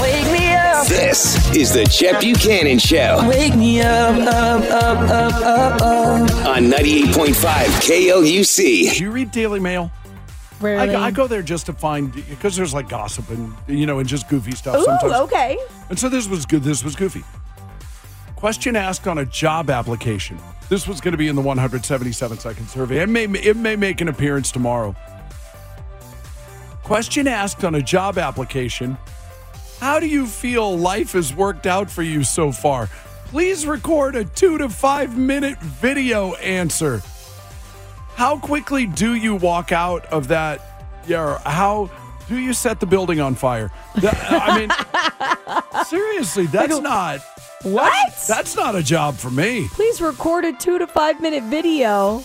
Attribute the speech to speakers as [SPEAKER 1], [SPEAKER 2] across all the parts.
[SPEAKER 1] Wake me up.
[SPEAKER 2] This is the Chet Buchanan Show
[SPEAKER 1] Wake me up, up, up, up, up, up.
[SPEAKER 2] on 98.5 KLUC.
[SPEAKER 3] Do you read Daily Mail?
[SPEAKER 4] Rarely.
[SPEAKER 3] I, I go there just to find because there's like gossip and you know and just goofy stuff sometimes.
[SPEAKER 4] Ooh, okay.
[SPEAKER 3] And so this was good. This was goofy. Question asked on a job application. This was going to be in the 177 second survey. It may it may make an appearance tomorrow. Question asked on a job application. How do you feel life has worked out for you so far? Please record a two to five minute video answer. How quickly do you walk out of that? Yeah, or how do you set the building on fire? That- I mean, seriously, that's not
[SPEAKER 4] What?
[SPEAKER 3] that's not a job for me.
[SPEAKER 4] Please record a two to five minute video.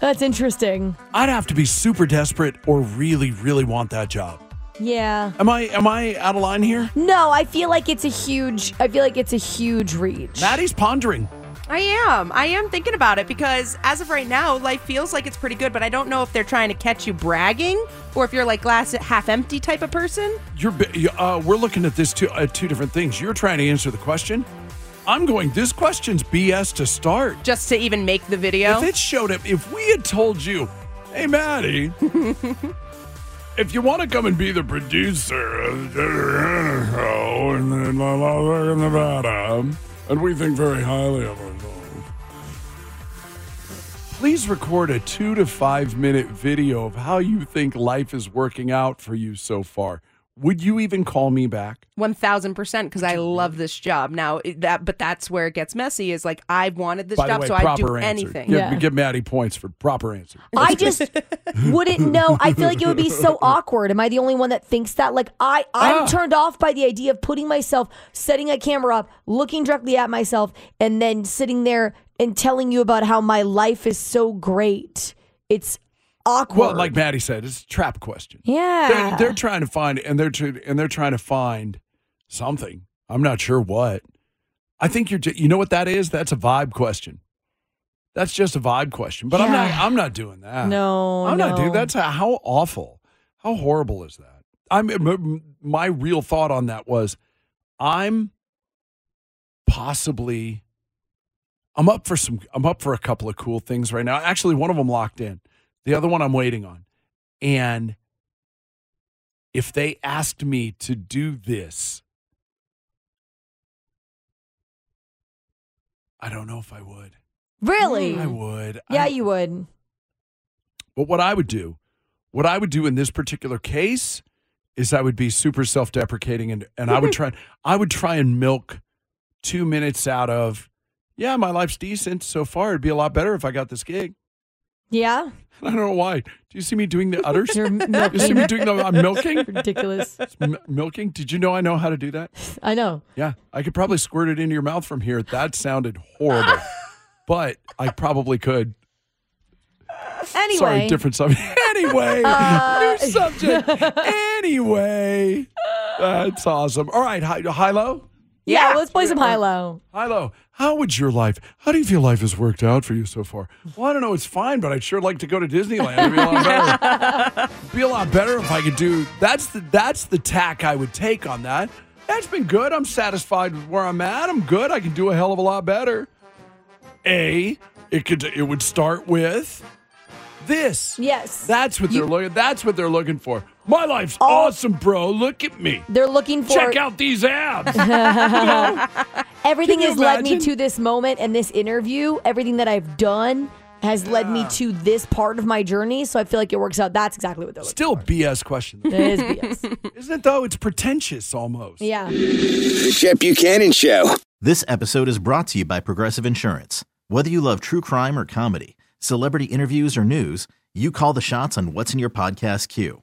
[SPEAKER 4] That's interesting.
[SPEAKER 3] I'd have to be super desperate or really, really want that job.
[SPEAKER 4] Yeah.
[SPEAKER 3] Am I am I out of line here?
[SPEAKER 4] No, I feel like it's a huge. I feel like it's a huge reach.
[SPEAKER 3] Maddie's pondering.
[SPEAKER 5] I am. I am thinking about it because as of right now, life feels like it's pretty good, but I don't know if they're trying to catch you bragging or if you're like glass half empty type of person.
[SPEAKER 3] You're bi- you- uh, we're looking at this two uh, two different things. You're trying to answer the question. I'm going. This question's BS to start.
[SPEAKER 5] Just to even make the video.
[SPEAKER 3] If it showed up, if we had told you, hey, Maddie, if you want to come and be the producer of the show in the- in the- in Nevada, and we think very highly of ourselves, please record a two to five minute video of how you think life is working out for you so far. Would you even call me back?
[SPEAKER 5] One thousand percent, because I love this job. Now it- that, but that's where it gets messy. Is like I wanted this
[SPEAKER 3] By the
[SPEAKER 5] job,
[SPEAKER 3] way,
[SPEAKER 5] so I'd do
[SPEAKER 3] proper answer.
[SPEAKER 5] anything.
[SPEAKER 3] Give,
[SPEAKER 4] Yeah.
[SPEAKER 3] give Maddie points for proper answer.
[SPEAKER 4] I just wouldn't know. I feel like it would be so awkward. Am I the only one that thinks that? Like I, I'm
[SPEAKER 3] Ah.
[SPEAKER 4] turned off by the idea of putting myself, setting a camera up, looking directly at myself, and then sitting there and telling you about how my life is so great. It's awkward.
[SPEAKER 3] Well, like Maddie said, it's a trap question.
[SPEAKER 4] yeah,
[SPEAKER 3] they're, they're trying to find and they're tr- and they're trying to find something. I'm not sure what. I think you're. Ju- you know what that is? That's a vibe question. That's just a vibe question. But I'm not.
[SPEAKER 4] Yeah.
[SPEAKER 3] I'm not doing that.
[SPEAKER 4] No,
[SPEAKER 3] I'm not doing.
[SPEAKER 4] Oh, no.
[SPEAKER 3] That's a, how awful. How horrible is that? I'm. m- m- My real thought on that was, I'm possibly. I'm up for some. I'm up for a couple of cool things right now. Actually, one of them locked in. The other one I'm waiting on. And if they asked me to do this, I don't know if I would.
[SPEAKER 4] really.
[SPEAKER 3] I would.
[SPEAKER 4] Yeah,
[SPEAKER 3] I-
[SPEAKER 4] you would.
[SPEAKER 3] But what I would do, what I would do in this particular case is I would be super self-deprecating and and I would
[SPEAKER 4] Mm-hmm.
[SPEAKER 3] try I would try and milk 2 minutes out of yeah, my life's decent so far. It'd be a lot better if I got this gig.
[SPEAKER 4] Yeah,
[SPEAKER 3] I don't know why. Do you see me doing the udders?
[SPEAKER 4] you're
[SPEAKER 3] you see me
[SPEAKER 4] milking.
[SPEAKER 3] doing the I'm milking?
[SPEAKER 4] Ridiculous.
[SPEAKER 3] M- milking? Did you know I know how to do that?
[SPEAKER 4] I know.
[SPEAKER 3] Yeah, I could probably squirt it into your mouth from here. That sounded horrible, but I probably could.
[SPEAKER 4] Anyway,
[SPEAKER 3] Sorry, different subject. Anyway,
[SPEAKER 4] Uh,
[SPEAKER 3] new subject. anyway, that's awesome. All right, hi, hi low,
[SPEAKER 4] Yeah,
[SPEAKER 5] Yeah.
[SPEAKER 4] let's play some high low.
[SPEAKER 3] hi low. How would your life? How do you feel life has worked out for you so far? Well, I don't know. It's fine, but I'd sure like to go to Disneyland. It'd be a lot better. be a lot better if I could do. That's the that's the tack I would take on that. That's been good. I'm satisfied with where I'm at. I'm good. I can do a hell of a lot better. A, it could it would start with this.
[SPEAKER 4] Yes.
[SPEAKER 3] That's what they're looking. That's what they're looking for. My life's awesome, bro. Look at me.
[SPEAKER 4] They're looking for
[SPEAKER 3] Check out these abs.
[SPEAKER 4] everything
[SPEAKER 3] Can you
[SPEAKER 4] has led me
[SPEAKER 3] imagine?
[SPEAKER 4] to this moment and this interview. Everything that I've done has led
[SPEAKER 3] Ah.
[SPEAKER 4] me to this part of my journey. So I feel like it works out. That's exactly what they're looking
[SPEAKER 3] Still BS question,
[SPEAKER 4] for. It is BS.
[SPEAKER 3] isn't it? Though it's pretentious almost.
[SPEAKER 4] Yeah.
[SPEAKER 2] The Chet Buchanan Show.
[SPEAKER 6] This episode is brought to you by Progressive Insurance. Whether you love true crime or comedy, celebrity interviews or news, you call the shots on what's in your podcast queue.